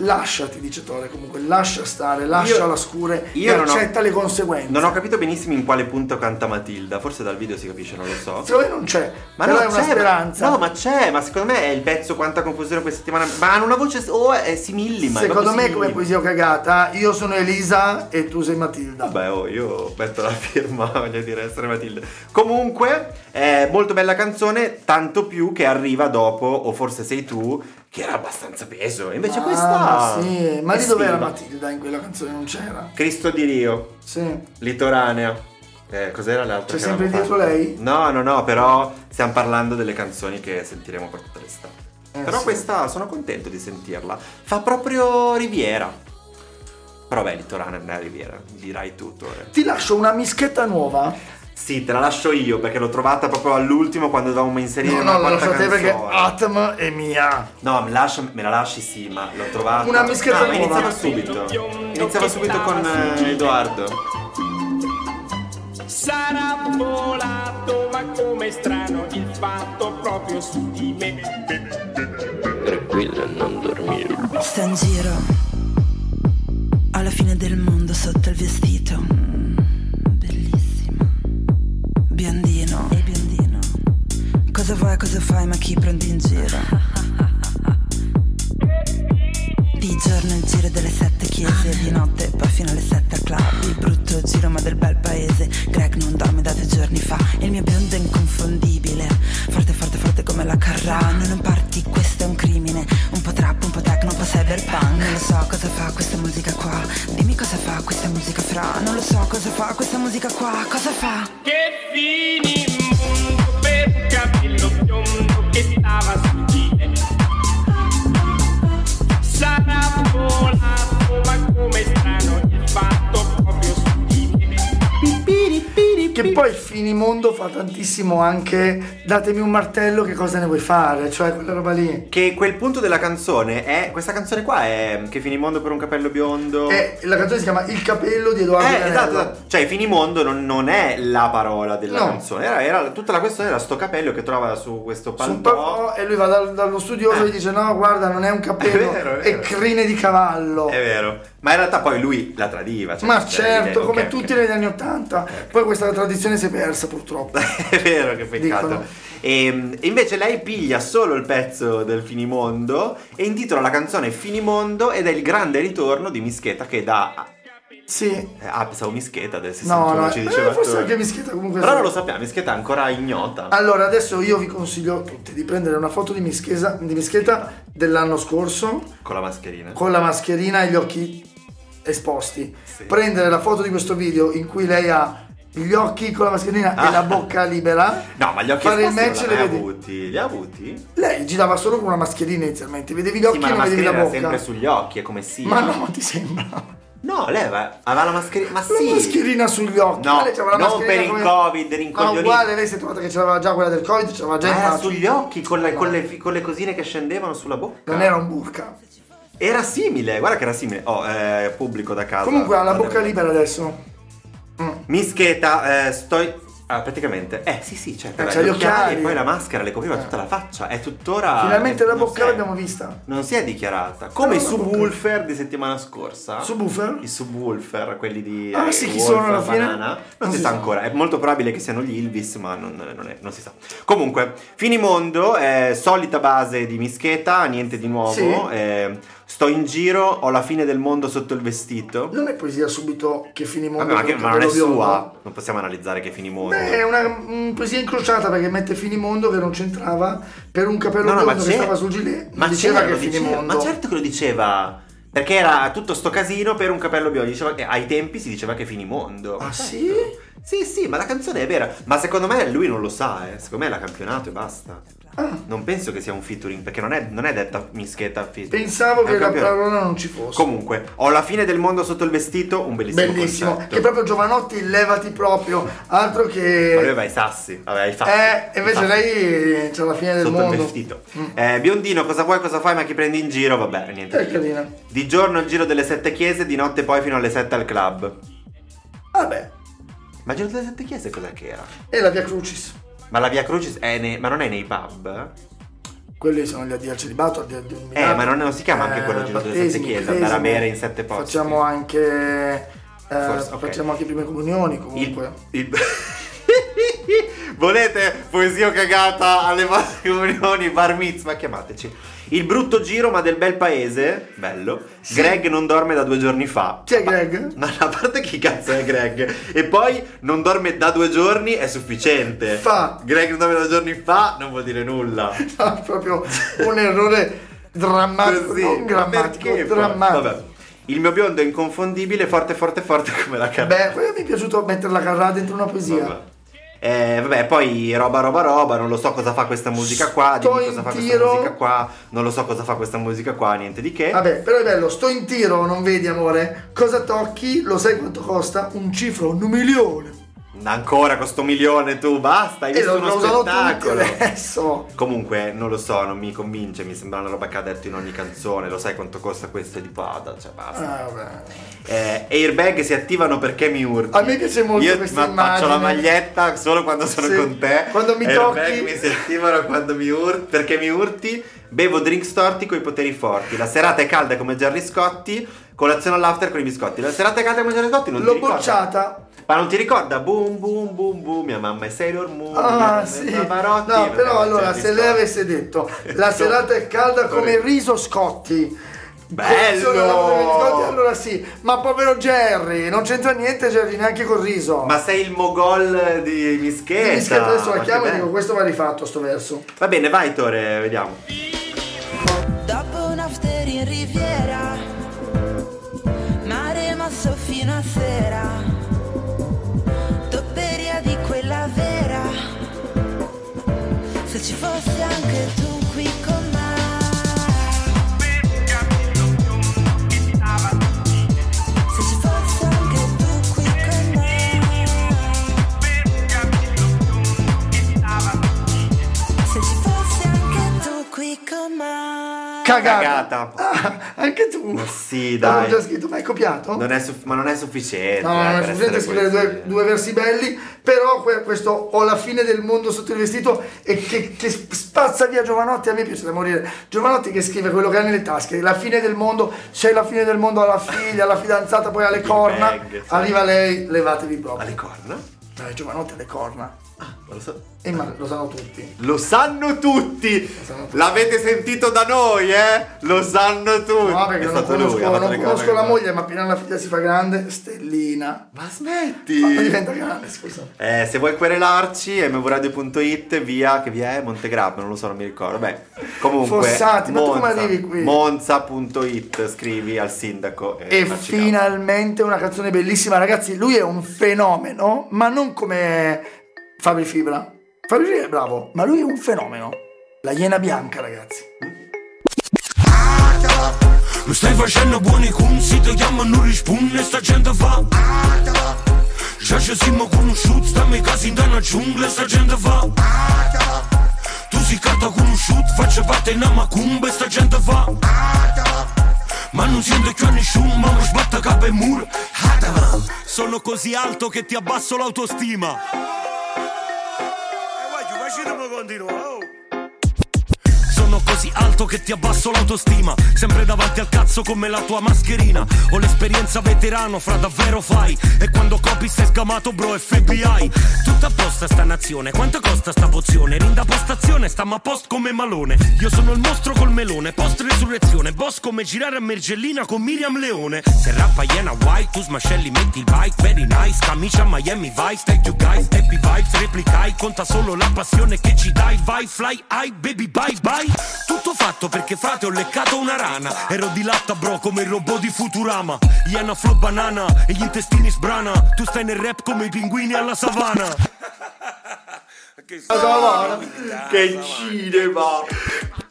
Speaker 4: Lasciati, dice Tore comunque, lascia stare, lascia
Speaker 3: Io-
Speaker 4: la scure
Speaker 3: io
Speaker 4: e
Speaker 3: non ho-
Speaker 4: accetta le conseguenze.
Speaker 3: Non ho capito benissimo in quale punto canta Matilda, forse dal video si capisce, non lo so.
Speaker 4: Secondo me non c'è, ma
Speaker 3: no,
Speaker 4: è una
Speaker 3: c'è, ma-
Speaker 4: speranza.
Speaker 3: No, ma c'è, ma secondo me è il pezzo quanta confusione questa settimana. Ma hanno una voce o è simillima. è proprio
Speaker 4: Secondo me come
Speaker 3: simillima.
Speaker 4: poesia ho cagata, io sono Elisa e tu sei Matilda.
Speaker 3: Vabbè, oh, io metto la firma, voglio dire, essere Matilde. Comunque, è molto bella canzone, tanto più che arriva dopo, o forse sei tu, che era abbastanza peso. Invece
Speaker 4: Ah,
Speaker 3: questa...
Speaker 4: sì. Ma lì
Speaker 3: estiva.
Speaker 4: dov'era Matilda in quella canzone? Non c'era.
Speaker 3: Cristo di Rio,
Speaker 4: Sì.
Speaker 3: Litoranea. Eh, cos'era l'altra?
Speaker 4: C'è
Speaker 3: che
Speaker 4: sempre
Speaker 3: avevamo
Speaker 4: dietro
Speaker 3: fatto?
Speaker 4: lei?
Speaker 3: No, no, no, però stiamo parlando delle canzoni che sentiremo per tutta l'estate.
Speaker 4: Eh,
Speaker 3: però
Speaker 4: sì.
Speaker 3: questa sono contento di sentirla. Fa proprio Riviera. Però beh, Litoranea non è Riviera, dirai tutto. Eh.
Speaker 4: Ti lascio una mischetta nuova.
Speaker 3: Sì, te la lascio io perché l'ho trovata proprio all'ultimo quando dovevamo inserire
Speaker 4: No,
Speaker 3: una
Speaker 4: no, la
Speaker 3: quarta
Speaker 4: lascio a te
Speaker 3: canzone.
Speaker 4: perché Ah, Atom è mia.
Speaker 3: No, me, lascia- me la lasci sì, ma l'ho trovata.
Speaker 4: Una mischietta
Speaker 3: Ah, ma
Speaker 4: nuova.
Speaker 3: iniziava subito. Iniziava subito con eh, Edoardo.
Speaker 7: Sarà volato, ma com'è strano il fatto proprio su di me.
Speaker 8: Tranquillo e non dormire.
Speaker 9: Sta in giro alla fine del mondo sotto il vestito. Mm, Bellissima. Biondino e biondino. Cosa vuoi, cosa fai, ma chi prendi in giro? Di giorno il giro delle sette chiese, di notte poi fino alle sette al club. Il brutto giro ma del bel paese. Greg non dorme da due giorni fa. Il mio biondo è inconfondibile. Forte, forte, forte come la Carrano. Non parti, questo è un crimine. Un po' trap, un po' techno, un po' cyberpunk. Non lo so cosa fa questa musica qua. Dimmi cosa fa questa musica fra. Non lo so cosa fa questa musica qua. Cosa fa?
Speaker 7: Che finimondo per un capello biondo che stava su di me. Sarà volato, ma com'è strano il fatto proprio su di me.
Speaker 4: Che poi Finimondo fa tantissimo anche datemi un martello che cosa ne vuoi fare, cioè quella roba lì.
Speaker 3: Che quel punto della canzone è. Questa canzone qua è Che finimondo per un capello biondo.
Speaker 4: E Eh, la canzone si chiama Il capello di Edoardo
Speaker 3: Oh. Eh,
Speaker 4: Danello.
Speaker 3: esatto, esatto. Cioè, finimondo non, non è la parola della
Speaker 4: No.
Speaker 3: canzone. Era, era- tutta la questione era sto capello che trova su questo
Speaker 4: Su un
Speaker 3: paltò.
Speaker 4: po' e lui va dal- dallo studioso e gli dice no guarda non è un capello
Speaker 3: Eh. È vero, è vero.
Speaker 4: è crine di cavallo
Speaker 3: È vero. Ma in realtà poi lui la tradiva. cioè,
Speaker 4: ma
Speaker 3: cioè,
Speaker 4: certo
Speaker 3: ok,
Speaker 4: come
Speaker 3: ok.
Speaker 4: tutti negli anni 80 poi questa tradizione si è persa purtroppo
Speaker 3: è vero che peccato. Ehm,
Speaker 4: Dicono.
Speaker 3: E, e invece lei piglia solo il pezzo del finimondo e intitola la canzone Finimondo ed è il grande ritorno di Mischeta che da
Speaker 4: sì
Speaker 3: ah pensavo Mischeta del 61
Speaker 4: no no
Speaker 3: ci
Speaker 4: eh,
Speaker 3: diceva
Speaker 4: forse
Speaker 3: Attore.
Speaker 4: anche Ah. mischietta comunque
Speaker 3: Però
Speaker 4: sì.
Speaker 3: non lo sappiamo, Mischeta è ancora ignota.
Speaker 4: Allora, adesso io vi consiglio a tutti di prendere una foto di, Mischesa- di Mischeta dell'anno scorso
Speaker 3: Con la mascherina.
Speaker 4: con la mascherina e gli occhi esposti.
Speaker 3: Sì.
Speaker 4: Prendere la foto di questo video in cui lei ha gli occhi con la mascherina e
Speaker 3: Ah.
Speaker 4: la bocca libera.
Speaker 3: No, ma gli occhi
Speaker 4: Fare il
Speaker 3: esposti
Speaker 4: match
Speaker 3: non
Speaker 4: le
Speaker 3: li ha
Speaker 4: vedi.
Speaker 3: mai avuti. Li ha avuti?
Speaker 4: Lei girava solo con una mascherina inizialmente, vedevi gli occhi
Speaker 3: Sì, ma
Speaker 4: e
Speaker 3: la
Speaker 4: non vedevi
Speaker 3: mascherina
Speaker 4: la
Speaker 3: era sempre
Speaker 4: bocca.
Speaker 3: sugli occhi, è come sì.
Speaker 4: Ma no, ti sembra?
Speaker 3: No, lei aveva, aveva la mascherina. Ma
Speaker 4: La
Speaker 3: sì.
Speaker 4: mascherina sugli occhi.
Speaker 3: No,
Speaker 4: ma lei c'aveva la
Speaker 3: non
Speaker 4: mascherina
Speaker 3: per il
Speaker 4: come-
Speaker 3: Covid,
Speaker 4: Ma
Speaker 3: rincoglionito.
Speaker 4: uguale, lei si è trovata che c'aveva già quella del Covid, c'aveva già
Speaker 3: Ma
Speaker 4: in
Speaker 3: era
Speaker 4: faccia.
Speaker 3: sugli occhi con le, con le- con le cosine che scendevano sulla bocca.
Speaker 4: Non era un burka.
Speaker 3: Era simile, guarda che era simile. Oh, eh, pubblico da casa.
Speaker 4: Comunque ha la
Speaker 3: Guarda
Speaker 4: bocca
Speaker 3: bene.
Speaker 4: libera adesso.
Speaker 3: Mischeta, eh, sto. Ah, praticamente. Eh, sì, sì, certo.
Speaker 4: Eh,
Speaker 3: era
Speaker 4: c'ha gli occhiali. Eh.
Speaker 3: E poi la maschera le copriva tutta la faccia. È tuttora.
Speaker 4: Finalmente la
Speaker 3: Ah, non
Speaker 4: bocca
Speaker 3: si è-
Speaker 4: l'abbiamo vista.
Speaker 3: Non si è dichiarata. Come i subwoofer di settimana scorsa.
Speaker 4: Subwoofer?
Speaker 3: I subwoofer, quelli di.
Speaker 4: Ah,
Speaker 3: eh,
Speaker 4: sì, chi
Speaker 3: Wolf,
Speaker 4: sono alla fine?
Speaker 3: Banana. Non, si, sa ancora. È molto probabile che siano gli Ilvis, ma non, non è- non si sa. Comunque, Finimondo, eh, solita base di Mischeta, niente di nuovo.
Speaker 4: Sì.
Speaker 3: eh, sto in giro, ho la fine del mondo sotto il vestito.
Speaker 4: Non è poesia subito che finimondo
Speaker 3: Vabbè, ma, che-
Speaker 4: con
Speaker 3: ma non è
Speaker 4: capello biondo.
Speaker 3: sua. Non possiamo analizzare che finimondo.
Speaker 4: Beh, è una mm, poesia incrociata perché mette finimondo che non c'entrava per un capello
Speaker 3: No, no, ma
Speaker 4: biondo che
Speaker 3: c'è.
Speaker 4: stava sul gilet.
Speaker 3: Ma
Speaker 4: Ma diceva
Speaker 3: c'era,
Speaker 4: che
Speaker 3: lo
Speaker 4: è
Speaker 3: diceva.
Speaker 4: finimondo.
Speaker 3: Ma certo che lo diceva. Perché era tutto sto casino per un capello biondo. Diceva che ai tempi si diceva che finimondo.
Speaker 4: Ah,
Speaker 3: Ma certo.
Speaker 4: sì?
Speaker 3: Sì, sì, ma la canzone è vera. Ma secondo me lui non lo sa, eh. Secondo me l'ha campionato e basta.
Speaker 4: Ah.
Speaker 3: Non penso che sia un featuring, perché non è, non è detta mischetta featuring.
Speaker 4: Pensavo
Speaker 3: È un
Speaker 4: che la
Speaker 3: campionato.
Speaker 4: parola non ci fosse.
Speaker 3: Comunque, ho la fine del mondo sotto il vestito, un bellissimo
Speaker 4: Bellissimo.
Speaker 3: concetto.
Speaker 4: Che proprio Giovanotti levati proprio. Altro
Speaker 3: Ma lui
Speaker 4: che.
Speaker 3: aveva i sassi, aveva i fatti.
Speaker 4: Eh,
Speaker 3: I
Speaker 4: invece
Speaker 3: fatti.
Speaker 4: lei c'è la fine del
Speaker 3: Sotto il
Speaker 4: mondo. Mm.
Speaker 3: vestito. Eh, biondino, cosa vuoi, cosa fai, ma chi prendi in giro? Vabbè, niente.
Speaker 4: È
Speaker 3: di-
Speaker 4: carina.
Speaker 3: Di giorno il giro delle sette chiese, di notte poi fino alle sette al club.
Speaker 4: Vabbè.
Speaker 3: Ma il giro delle sette chiese cos'è che era?
Speaker 4: E la via Crucis.
Speaker 3: Ma la Via Crucis è nei- ma non è nei pub?
Speaker 4: Quelli sono gli addio al celibato, addio al Eh,
Speaker 3: Eh, ma non- non si chiama anche quello Giuseppe
Speaker 4: battesimi,
Speaker 3: Sette Chiese,
Speaker 4: cresimi.
Speaker 3: andare a mere in sette posti.
Speaker 4: Facciamo anche. eh,
Speaker 3: Forse, ok.
Speaker 4: Facciamo anche prime comunioni comunque.
Speaker 3: Il, il- Volete poesia cagata alle vostre comunioni, bar mitzvah, chiamateci. Il brutto giro ma del bel paese, bello. Greg non dorme da due giorni fa.
Speaker 4: Chi è Greg?
Speaker 3: Ma a parte chi cazzo è Greg? E poi non dorme da due giorni è sufficiente.
Speaker 4: Fa.
Speaker 3: Greg non dorme da due giorni fa non vuol dire nulla.
Speaker 4: Ah, proprio un errore drammatico.
Speaker 3: Così.
Speaker 4: Non
Speaker 3: Ma
Speaker 4: grammatico,
Speaker 3: perché poi?
Speaker 4: drammatico.
Speaker 3: Vabbè. Il mio biondo è inconfondibile, forte, forte, forte come la carta.
Speaker 4: Beh, quello mi è piaciuto mettere la carrà dentro una poesia.
Speaker 3: Vabbè. Eh, vabbè, poi roba, roba, roba, non lo so cosa fa questa musica qua,
Speaker 4: Sto
Speaker 3: dimmi
Speaker 4: in
Speaker 3: cosa fa
Speaker 4: tiro.
Speaker 3: questa musica qua, non lo so cosa fa questa musica qua, niente di che.
Speaker 4: Vabbè, però è bello, sto in tiro, non vedi amore? Cosa tocchi? Lo sai quanto costa? Un cifro, un milione.
Speaker 3: Ancora con sto milione tu, basta, hai
Speaker 4: E
Speaker 3: visto
Speaker 4: lo,
Speaker 3: uno
Speaker 4: lo usano tutti eh.
Speaker 3: spettacolo.
Speaker 4: adesso.
Speaker 3: Comunque, non lo so, non mi convince, mi sembra una roba che ha detto in ogni canzone, lo sai quanto costa questo di Pada, cioè basta.
Speaker 4: Ah, vabbè.
Speaker 3: Eh, airbag si attivano perché mi urti.
Speaker 4: A me piace molto
Speaker 3: Io
Speaker 4: questa
Speaker 3: ma- faccio
Speaker 4: immagine.
Speaker 3: la maglietta solo quando sono
Speaker 4: Sì.
Speaker 3: con te.
Speaker 4: Quando mi
Speaker 3: Airbag
Speaker 4: tocchi.
Speaker 3: mi si attivano quando mi urti. Perché mi urti? Bevo drink storti con i poteri forti. La serata è calda come Gerry Scotti. Colazione all'after con i biscotti. La serata è calda come Gerry Scotti. Non
Speaker 4: L'ho
Speaker 3: ti ricorda.
Speaker 4: bocciata.
Speaker 3: Ma non ti ricorda? Boom, boom, boom, boom. Mia mamma è Sailor Moon.
Speaker 4: Ah, sì.
Speaker 3: Pavarotti,
Speaker 4: no, però allora, se lei
Speaker 3: leve
Speaker 4: avesse detto la serata è calda come il riso Scotti.
Speaker 3: Bello!
Speaker 4: Sono la propria Scotti, Allora sì, ma povero Jerry, non c'entra niente Jerry neanche col riso.
Speaker 3: Ma sei il mogol di Mischetta.
Speaker 4: Mi scherzo, adesso
Speaker 3: Ma
Speaker 4: la
Speaker 3: che
Speaker 4: chiamo e
Speaker 3: bello.
Speaker 4: dico questo va rifatto sto verso.
Speaker 3: Va bene, vai Tore, vediamo.
Speaker 10: Dopo un after in riviera, mare mosso fino a sera, topperia di quella vera. Se ci fossi anche tu qui con me, se ci fossi anche tu qui con me, se ci fossi anche tu qui con me.
Speaker 4: Cagata.
Speaker 3: Cagata.
Speaker 4: Ah, anche tu.
Speaker 3: Ma sì,
Speaker 4: L'avevo
Speaker 3: dai.
Speaker 4: già scritto, ma hai copiato?
Speaker 3: Non è suff- ma non è sufficiente.
Speaker 4: No,
Speaker 3: eh,
Speaker 4: non è
Speaker 3: per
Speaker 4: sufficiente
Speaker 3: essere
Speaker 4: scrivere due,
Speaker 3: poesia.
Speaker 4: due versi belli, però que- questo ho la fine del mondo sotto il vestito e che, che spazza via Giovanotti, a me piace da morire. Giovanotti che scrive quello che ha nelle tasche, la fine del mondo, c'è la fine del mondo alla figlia, alla fidanzata, poi alle
Speaker 3: Il
Speaker 4: corna,
Speaker 3: bag, sì.
Speaker 4: arriva lei, levatevi proprio.
Speaker 3: Alle corna?
Speaker 4: Eh, Giovanotti alle corna,
Speaker 3: Ma Lo, so-
Speaker 4: e ma lo sanno tutti.
Speaker 3: lo sanno tutti!
Speaker 4: sanno tutti.
Speaker 3: L'avete sentito da noi, eh? Lo sanno tutti!
Speaker 4: No, perché
Speaker 3: È
Speaker 4: non
Speaker 3: stato lui,
Speaker 4: conosco,
Speaker 3: ha fatto
Speaker 4: non
Speaker 3: le
Speaker 4: conosco
Speaker 3: corna.
Speaker 4: la moglie, ma appena la figlia si fa grande, Stellina.
Speaker 3: Ma
Speaker 4: Ma
Speaker 3: smetti!
Speaker 4: diventa grande, scusa.
Speaker 3: Eh, se vuoi querelarci, mvradio.it, via, che via è? Montegrappa, non lo so, non mi ricordo. Beh, comunque...
Speaker 4: Fossati, ma tu come
Speaker 3: Monza-
Speaker 4: arrivi qui?
Speaker 3: Monza.it, scrivi al sindaco e,
Speaker 4: E
Speaker 3: facci caso.
Speaker 4: finalmente una canzone bellissima, ragazzi. Lui è un fenomeno, ma non come Fabri Fibra. Fabri Fibra è bravo, ma lui è un fenomeno. La iena bianca, ragazzi.
Speaker 9: Mi stai facendo buoni cunzi, ti chiamo e non rispondi, sta gente fa Già ci siamo conosciuti, stammi casi in una giungla, sta gente fa Tu sei carta conosciuta, faccio parte in una macumba, sta gente fa Ma non sento più a nessuno, ma mi sbatta capo e muro Sono così alto che ti abbasso l'autostima Sono così alto che ti abbasso l'autostima Sempre davanti al cazzo come la tua mascherina Ho l'esperienza veterano, fra davvero fai E quando copi sei scamato bro FBI Tutta apposta sta nazione, quanto costa sta pozione? Rinda postazione, stamma post come malone Io sono il mostro col melone, post resurrezione Boss come girare a Mergellina con Miriam Leone Se rappa iena white, tu smascelli metti il bike Very nice, camicia Miami Vice Thank you guys, happy vibes, replicai Conta solo la passione che ci dai Vai, fly, high, baby, bye, bye Tutto fatto perché frate ho leccato una rana Ero di latta bro come il robot di Futurama Iena flow banana e gli intestini sbrana Tu stai nel rap come i pinguini alla savana
Speaker 3: Che cinema!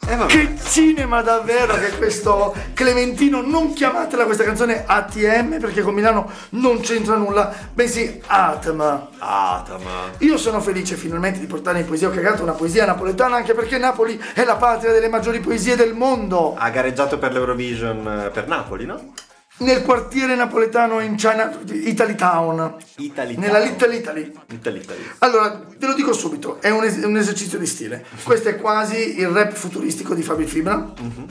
Speaker 3: Eh, vabbè.
Speaker 4: Che cinema davvero che è questo Clementino, non chiamatela questa canzone ATM perché con Milano non c'entra nulla, bensì Atma.
Speaker 3: Atama.
Speaker 4: Io sono felice finalmente di portare in poesia ho cagato una poesia napoletana anche perché Napoli è la patria delle maggiori poesie del mondo.
Speaker 3: Ha gareggiato per l'Eurovision eh, per Napoli, no?
Speaker 4: nel quartiere napoletano in China, Italy Town,
Speaker 3: Italy
Speaker 4: nella
Speaker 3: Town.
Speaker 4: Little Italy.
Speaker 3: Italy, Italy.
Speaker 4: Allora, ve lo dico subito, è un, es- un esercizio di stile. Questo è quasi il rap futuristico di Fabio Fibra.
Speaker 3: Mhm.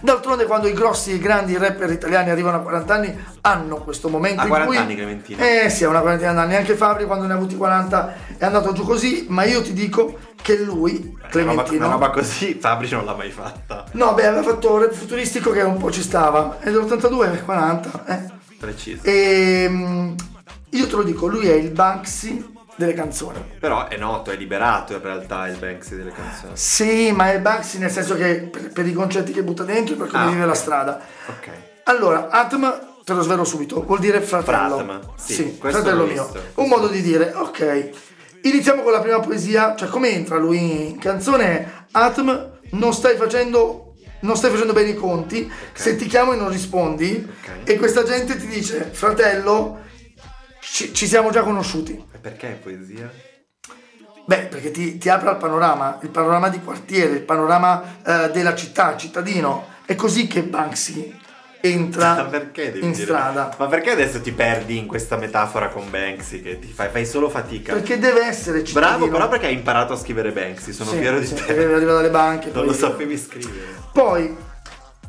Speaker 4: D'altronde, quando i grossi e grandi rapper italiani arrivano a 40 anni, hanno questo momento
Speaker 3: A
Speaker 4: in
Speaker 3: 40
Speaker 4: cui.
Speaker 3: anni, Clementino.
Speaker 4: Eh sì, a una quarantina d'anni. Anche Fabri, quando ne ha avuti 40, è andato giù così. Ma io ti dico che lui,
Speaker 3: Una roba,
Speaker 4: Clementino.
Speaker 3: una roba così Fabri non l'ha mai fatta.
Speaker 4: No, beh, aveva fatto rap futuristico che un po' ci stava. È dell'82, è 40. Eh.
Speaker 3: Preciso.
Speaker 4: E mm, io te lo dico, lui è il Banksy delle canzoni.
Speaker 3: Però è noto, è liberato in realtà il Banksy delle canzoni.
Speaker 4: Sì, ma è il Banksy nel senso che per, per i concetti che butta dentro e per come
Speaker 3: Ah,
Speaker 4: vive la
Speaker 3: ok.
Speaker 4: strada.
Speaker 3: Ok.
Speaker 4: Allora, Atma, te lo svelo subito, vuol dire fratello.
Speaker 3: Fratma, sì, questo
Speaker 4: fratello
Speaker 3: l'ho
Speaker 4: mio.
Speaker 3: visto.
Speaker 4: Un modo di dire, ok. Iniziamo con la prima poesia, cioè come entra lui in canzone è Atm, non stai facendo, non stai facendo bene i conti, se ti chiamo e non rispondi
Speaker 3: Ok.
Speaker 4: e questa gente ti dice, fratello, ci, ci siamo già conosciuti.
Speaker 3: E perché è poesia?
Speaker 4: Beh, perché ti, ti apre al panorama, il panorama di quartiere, il panorama eh, della città, cittadino. È così che Banksy
Speaker 3: Ma
Speaker 4: entra
Speaker 3: perché devi
Speaker 4: in
Speaker 3: dire-
Speaker 4: strada.
Speaker 3: Ma perché adesso ti perdi in questa metafora con Banksy che ti fai, fai solo fatica?
Speaker 4: Perché deve essere cittadino.
Speaker 3: Bravo, però perché hai imparato a scrivere Banksy, sono
Speaker 4: Sì,
Speaker 3: fiero di
Speaker 4: sì,
Speaker 3: te.
Speaker 4: perché arriva dalle banche.
Speaker 3: Non
Speaker 4: poi-
Speaker 3: lo sapevi scrivere.
Speaker 4: Poi,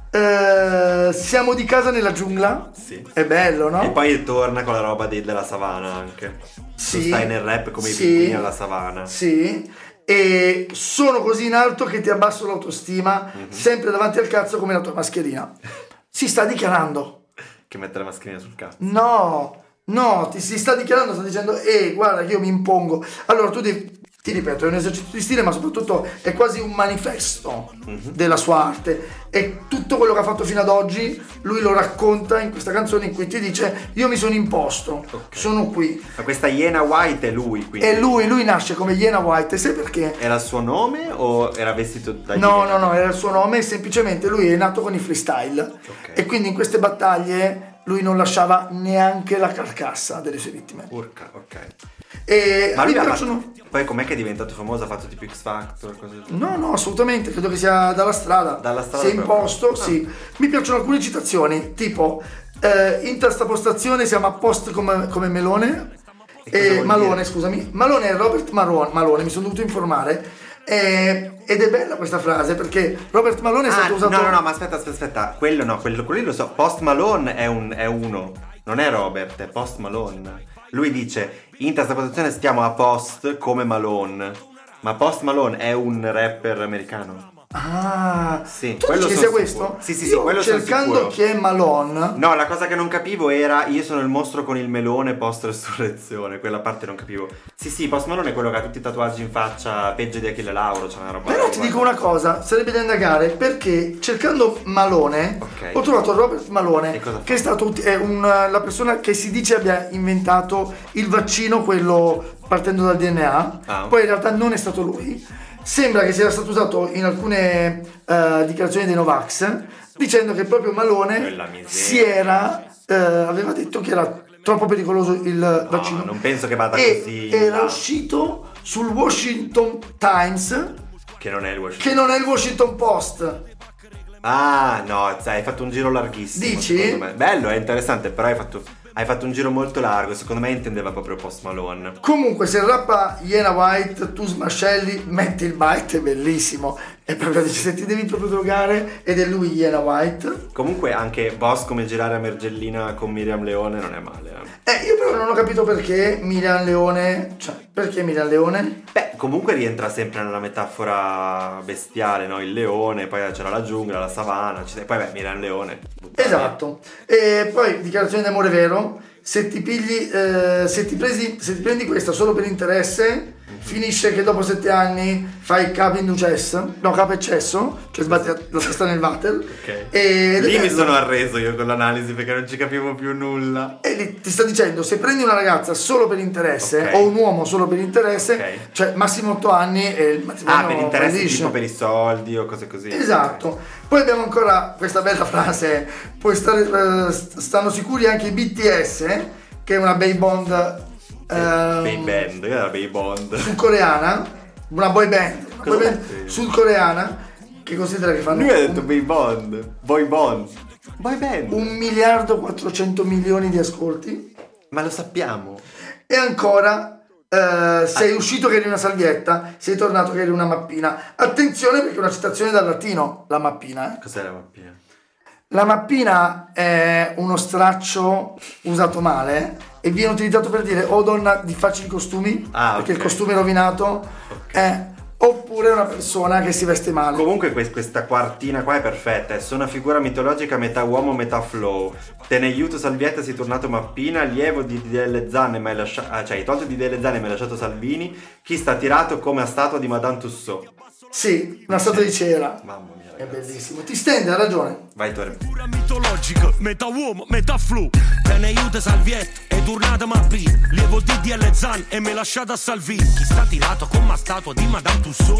Speaker 4: eh, siamo di casa nella giungla.
Speaker 3: Sì.
Speaker 4: È bello, no?
Speaker 3: E poi torna con la roba dei- della savana anche. Tu
Speaker 4: Sì.
Speaker 3: stai nel rap come
Speaker 4: Sì.
Speaker 3: i pinguini alla savana.
Speaker 4: Sì. E sono così in alto che ti abbasso l'autostima,
Speaker 3: Mhm.
Speaker 4: sempre davanti al cazzo come la tua mascherina. Si sta dichiarando.
Speaker 3: Che mette la mascherina sul cazzo.
Speaker 4: No, no, ti si sta dichiarando, sta dicendo, eh, guarda, io mi impongo. Allora tu devi, ti ripeto, è un esercizio di stile, ma soprattutto è quasi un manifesto della sua arte. E tutto quello che ha fatto fino ad oggi, lui lo racconta in questa canzone in cui ti dice, io mi sono imposto, sono qui.
Speaker 3: Ma questa Iena White è lui, quindi.
Speaker 4: E lui, lui nasce come Iena White, e sai perché?
Speaker 3: Era il suo nome o era vestito da
Speaker 4: No,
Speaker 3: Eh, iena?
Speaker 4: no, no, era il suo nome, semplicemente lui è nato con i freestyle e quindi in queste battaglie lui non lasciava neanche la carcassa delle sue vittime.
Speaker 3: Urca, ok.
Speaker 4: E
Speaker 3: Ma
Speaker 4: a
Speaker 3: lui
Speaker 4: me
Speaker 3: ha
Speaker 4: piacciono...
Speaker 3: fatto- Poi com'è che è diventato famoso? Ha fatto tipo X Factor, cose del
Speaker 4: No, no, assolutamente, credo che sia dalla strada.
Speaker 3: Dalla strada
Speaker 4: Si è
Speaker 3: proprio.
Speaker 4: imposto,
Speaker 3: Ah.
Speaker 4: sì. Mi piacciono alcune citazioni, tipo eh, in terza postazione siamo a post come, come Melone.
Speaker 3: E cosa
Speaker 4: Eh,
Speaker 3: vuol
Speaker 4: Malone,
Speaker 3: dire?
Speaker 4: scusami. Malone è Robert Maron- Malone, mi sono dovuto informare. eh, ed è bella questa frase perché Robert Malone è
Speaker 3: Ah,
Speaker 4: stato usato.
Speaker 3: no, no, no, ma aspetta, aspetta, aspetta. Quello no, quello, quello lo so. Post Malone è, un, è uno, non è Robert, è Post Malone. Lui dice, in questa posizione stiamo a post come Malone. Ma Post Malone è un rapper americano?
Speaker 4: Ah,
Speaker 3: Sì,
Speaker 4: tu
Speaker 3: quello
Speaker 4: dici che sia
Speaker 3: sono
Speaker 4: questo?
Speaker 3: sicuro. Sì, sì, sì,
Speaker 4: Io
Speaker 3: quello sono
Speaker 4: cercando
Speaker 3: sicuro.
Speaker 4: chi è Malone.
Speaker 3: No, la cosa che non capivo era io sono il mostro con il melone post resurrezione, quella parte non capivo. Sì, sì, Post Malone è quello che ha tutti i tatuaggi in faccia, peggio di Achille Lauro, c'è una roba.
Speaker 4: Però ti
Speaker 3: guarda.
Speaker 4: dico una cosa, sarebbe da indagare perché cercando Malone
Speaker 3: Ok.
Speaker 4: ho trovato Robert
Speaker 3: E
Speaker 4: Malone
Speaker 3: cosa fa?
Speaker 4: che è stato ut- è un, eh, la persona che si dice abbia inventato il vaccino, quello partendo dal DNA,
Speaker 3: Ah.
Speaker 4: poi in realtà non è stato lui. Sembra che sia stato usato in alcune eh, dichiarazioni dei Novax dicendo che proprio
Speaker 3: Quella
Speaker 4: Malone
Speaker 3: miseria.
Speaker 4: si era, eh, aveva detto che era troppo pericoloso il vaccino.
Speaker 3: non penso che vada
Speaker 4: e
Speaker 3: così in
Speaker 4: Era
Speaker 3: là.
Speaker 4: uscito sul Washington Times
Speaker 3: Che non è il Washington.
Speaker 4: che non è il Washington Post.
Speaker 3: Ah, no, sai, hai fatto un giro larghissimo.
Speaker 4: Dici?
Speaker 3: secondo me. Bello, è interessante, però hai fatto, hai fatto un giro molto largo. Secondo me intendeva proprio Post Malone.
Speaker 4: Comunque, se rappa Iena White, tu smascelli, metti il bite, è bellissimo. E proprio dici, se ti devi proprio drogare, ed è lui Iena White.
Speaker 3: Comunque anche Boss come girare a Mergellina con Miriam Leone non è male. eh.
Speaker 4: Eh, io però non ho capito perché Milan Leone, cioè, perché Milan Leone?
Speaker 3: Beh, comunque rientra sempre nella metafora bestiale, no? Il leone, poi c'era la giungla, la savana, ci- poi beh, Miriam Leone.
Speaker 4: Esatto. E poi, dichiarazione d'amore vero, se ti pigli, eh, se ti, presi, se ti prendi questa solo per interesse, finisce che dopo sette anni fai capo inducesso, no, capo eccesso, cioè sbatti la- la testa nel water.
Speaker 3: Ok.
Speaker 4: ed è
Speaker 3: Lì mi
Speaker 4: bello.
Speaker 3: sono arreso io con l'analisi perché non ci capivo più nulla.
Speaker 4: E lì ti sta dicendo se prendi una ragazza solo per interesse
Speaker 3: Ok.
Speaker 4: o un uomo solo per interesse,
Speaker 3: Ok.
Speaker 4: cioè massimo 8 anni e il
Speaker 3: Ah,
Speaker 4: matrimonio
Speaker 3: per interessi
Speaker 4: fallisce.
Speaker 3: tipo per i soldi o cose così.
Speaker 4: Esatto. Poi abbiamo ancora questa bella frase, puoi stare, eh, st- stanno sicuri anche i BTS, eh, che è una Bay Bond ehm,
Speaker 3: Bay Band, io era Bay Bond.
Speaker 4: sudcoreana, una boy band, una
Speaker 3: Cosa
Speaker 4: boy band
Speaker 3: metti?
Speaker 4: sudcoreana che considera che fanno
Speaker 3: Lui ha
Speaker 4: un-
Speaker 3: detto Bay Bond, Boy Bond. Boy band.
Speaker 4: 1 miliardo 400 milioni di ascolti
Speaker 3: Ma lo sappiamo.
Speaker 4: e ancora eh, sei uscito che eri una salvietta, sei tornato che eri una mappina. Attenzione perché è una citazione dal latino, la mappina. eh.
Speaker 3: Cos'è la mappina?
Speaker 4: La mappina è uno straccio usato male e viene utilizzato per dire o donna di facili costumi,
Speaker 3: Ah,
Speaker 4: perché
Speaker 3: ok.
Speaker 4: il costume è rovinato, eh, oppure una persona che si veste male.
Speaker 3: Comunque que- questa quartina qua è perfetta, eh. sono una figura mitologica metà uomo metà flow. Te ne aiuto Salvietta, sei tornato Mappina, allievo di Delle Zanne, ma hai lasciato... Ah, cioè hai tolto di Delle Zanne e mi hai lasciato Salvini, chi sta tirato come a statua di Madame Tussaud.
Speaker 4: Sì, una statua di cera.
Speaker 3: Mamma mia,
Speaker 4: È
Speaker 3: ragazzi.
Speaker 4: bellissimo. Ti stende, ha ragione.
Speaker 3: Vai Tore.
Speaker 11: Figura mitologica, metà uomo, metà flu. Te ne aiuta Salvietta, è tornata Mappina. Lievo di DL Zan e me lasciata a Salvini. Chi sta tirato come a statua di Madame Tussaud.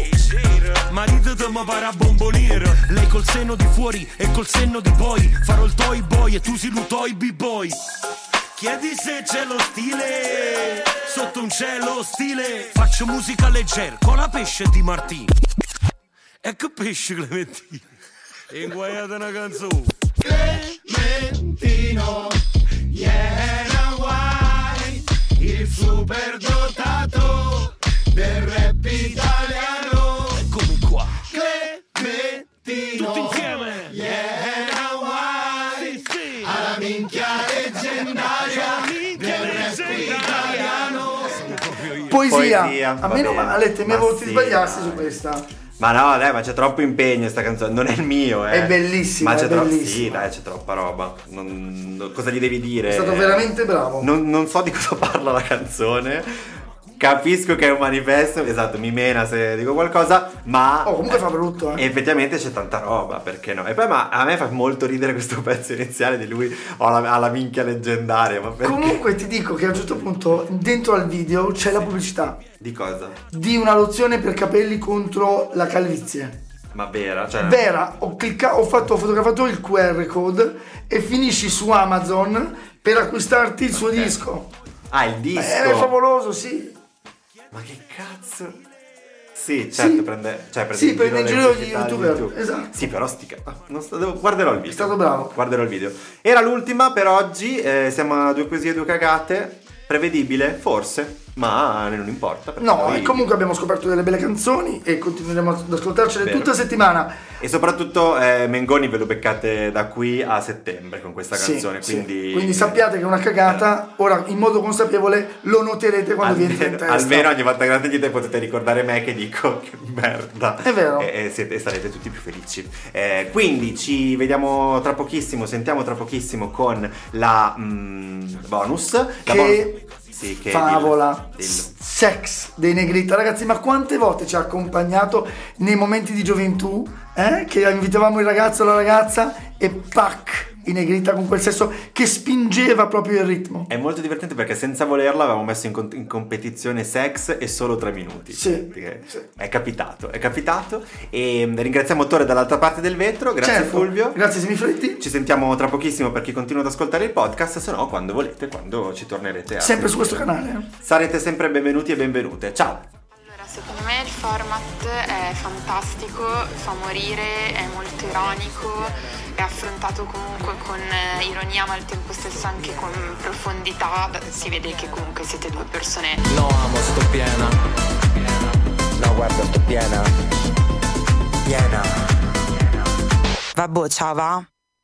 Speaker 11: Marito te mi para bomboniera. Lei col seno di fuori e col senno di poi. Farò il toy boy e tu si lu toy b-boy. Chiedi se c'è lo stile, sotto un cielo stile. Faccio musica leggera con la pesce di Martini. E che pesce Clementino? Inguaiata una canzone. Clementino, era guai, il super dotato del rap italiano. Eccomi qua. Clementino, tutti insieme. Era guai, sì, sì. alla minchia leggendaria del rap italiano.
Speaker 4: Poesia.
Speaker 3: Poesia,
Speaker 4: A
Speaker 3: va
Speaker 4: meno
Speaker 3: bene.
Speaker 4: male, temevo
Speaker 3: Ma
Speaker 4: ti
Speaker 3: sì,
Speaker 4: sbagliassi
Speaker 3: dai.
Speaker 4: su questa.
Speaker 3: Ma no, dai, ma c'è troppo impegno in sta canzone, non è il mio, eh.
Speaker 4: È bellissima,
Speaker 3: Ma c'è
Speaker 4: è
Speaker 3: troppo. Sì,
Speaker 4: bellissima.
Speaker 3: dai, c'è troppa roba. Non- non- Cosa gli devi dire?
Speaker 4: È stato veramente bravo.
Speaker 3: Non, non so di cosa parla la canzone. Capisco che è un manifesto, esatto, mi mena se dico qualcosa, ma
Speaker 4: Oh, comunque fa brutto, eh.
Speaker 3: effettivamente c'è tanta roba, perché no? E poi ma a me fa molto ridere questo pezzo iniziale di lui alla, alla minchia leggendaria, ma perché?
Speaker 4: Comunque ti dico che a un certo punto dentro al video c'è la pubblicità
Speaker 3: Di cosa?
Speaker 4: di una lozione per capelli contro la calvizie.
Speaker 3: Ma vera, cioè
Speaker 4: Vera, ho, clicca- ho fatto- ho fotografato il QR code e finisci su Amazon per acquistarti il suo disco.
Speaker 3: Ah, il
Speaker 4: Eh,
Speaker 3: disco.
Speaker 4: È favoloso, sì.
Speaker 3: Ma che cazzo? Sì, certo, prende, cioè, prende
Speaker 4: Sì, prende in giro
Speaker 3: le
Speaker 4: gli
Speaker 3: pubblicità di
Speaker 4: youtuber,
Speaker 3: YouTube.
Speaker 4: esatto.
Speaker 3: Sì, però sti ca- non sto- devo- guarderò il video. È
Speaker 4: stato bravo.
Speaker 3: Guarderò il video. Era l'ultima per oggi, eh, siamo a due poesie e due cagate. Prevedibile, forse, ma non importa. perché
Speaker 4: No,
Speaker 3: noi-
Speaker 4: e comunque abbiamo scoperto delle belle canzoni e continueremo ad ascoltarcele
Speaker 3: Vero.
Speaker 4: tutta la settimana.
Speaker 3: E soprattutto eh, Mengoni ve lo beccate da qui a settembre con questa
Speaker 4: Sì,
Speaker 3: canzone,
Speaker 4: sì.
Speaker 3: quindi... Eh.
Speaker 4: sappiate che è una cagata, ora in modo consapevole lo noterete quando vi entra in
Speaker 3: Almeno,
Speaker 4: testa.
Speaker 3: almeno ogni volta che la sentite potete ricordare me che dico che merda.
Speaker 4: È vero.
Speaker 3: E, e siete- e sarete tutti più felici. Eh, quindi ci vediamo tra pochissimo, sentiamo tra pochissimo con la mm, bonus. La
Speaker 4: Che
Speaker 3: bonus- Sì, che
Speaker 4: favola
Speaker 3: dillo, dillo.
Speaker 4: sex dei Negrita ragazzi ma quante volte ci ha accompagnato nei momenti di gioventù eh? che invitavamo il ragazzo o la ragazza e pac i Negrita con quel sesso che spingeva proprio il ritmo
Speaker 3: È molto divertente perché senza volerla avevamo messo in, con- in competizione sex e solo tre minuti.
Speaker 4: Sì,
Speaker 3: Perché
Speaker 4: sì.
Speaker 3: È capitato, è capitato. E mm, ringraziamo Tore dall'altra parte del vetro. Grazie
Speaker 4: Certo.
Speaker 3: Fulvio.
Speaker 4: grazie Semifretti
Speaker 3: Ci sentiamo tra pochissimo per chi continua ad ascoltare il podcast, se no quando volete, quando ci tornerete a...
Speaker 4: sempre su questo canale eh.
Speaker 3: Sarete sempre benvenuti e benvenute. Ciao!
Speaker 12: Allora, secondo me il format è fantastico, fa morire, è molto ironico, è affrontato comunque con eh, ironia ma al tempo stesso anche con profondità, si vede che comunque siete due persone
Speaker 5: No, amo, sto piena. No, guarda, sto piena. Piena.
Speaker 9: Vabbè, ciao va.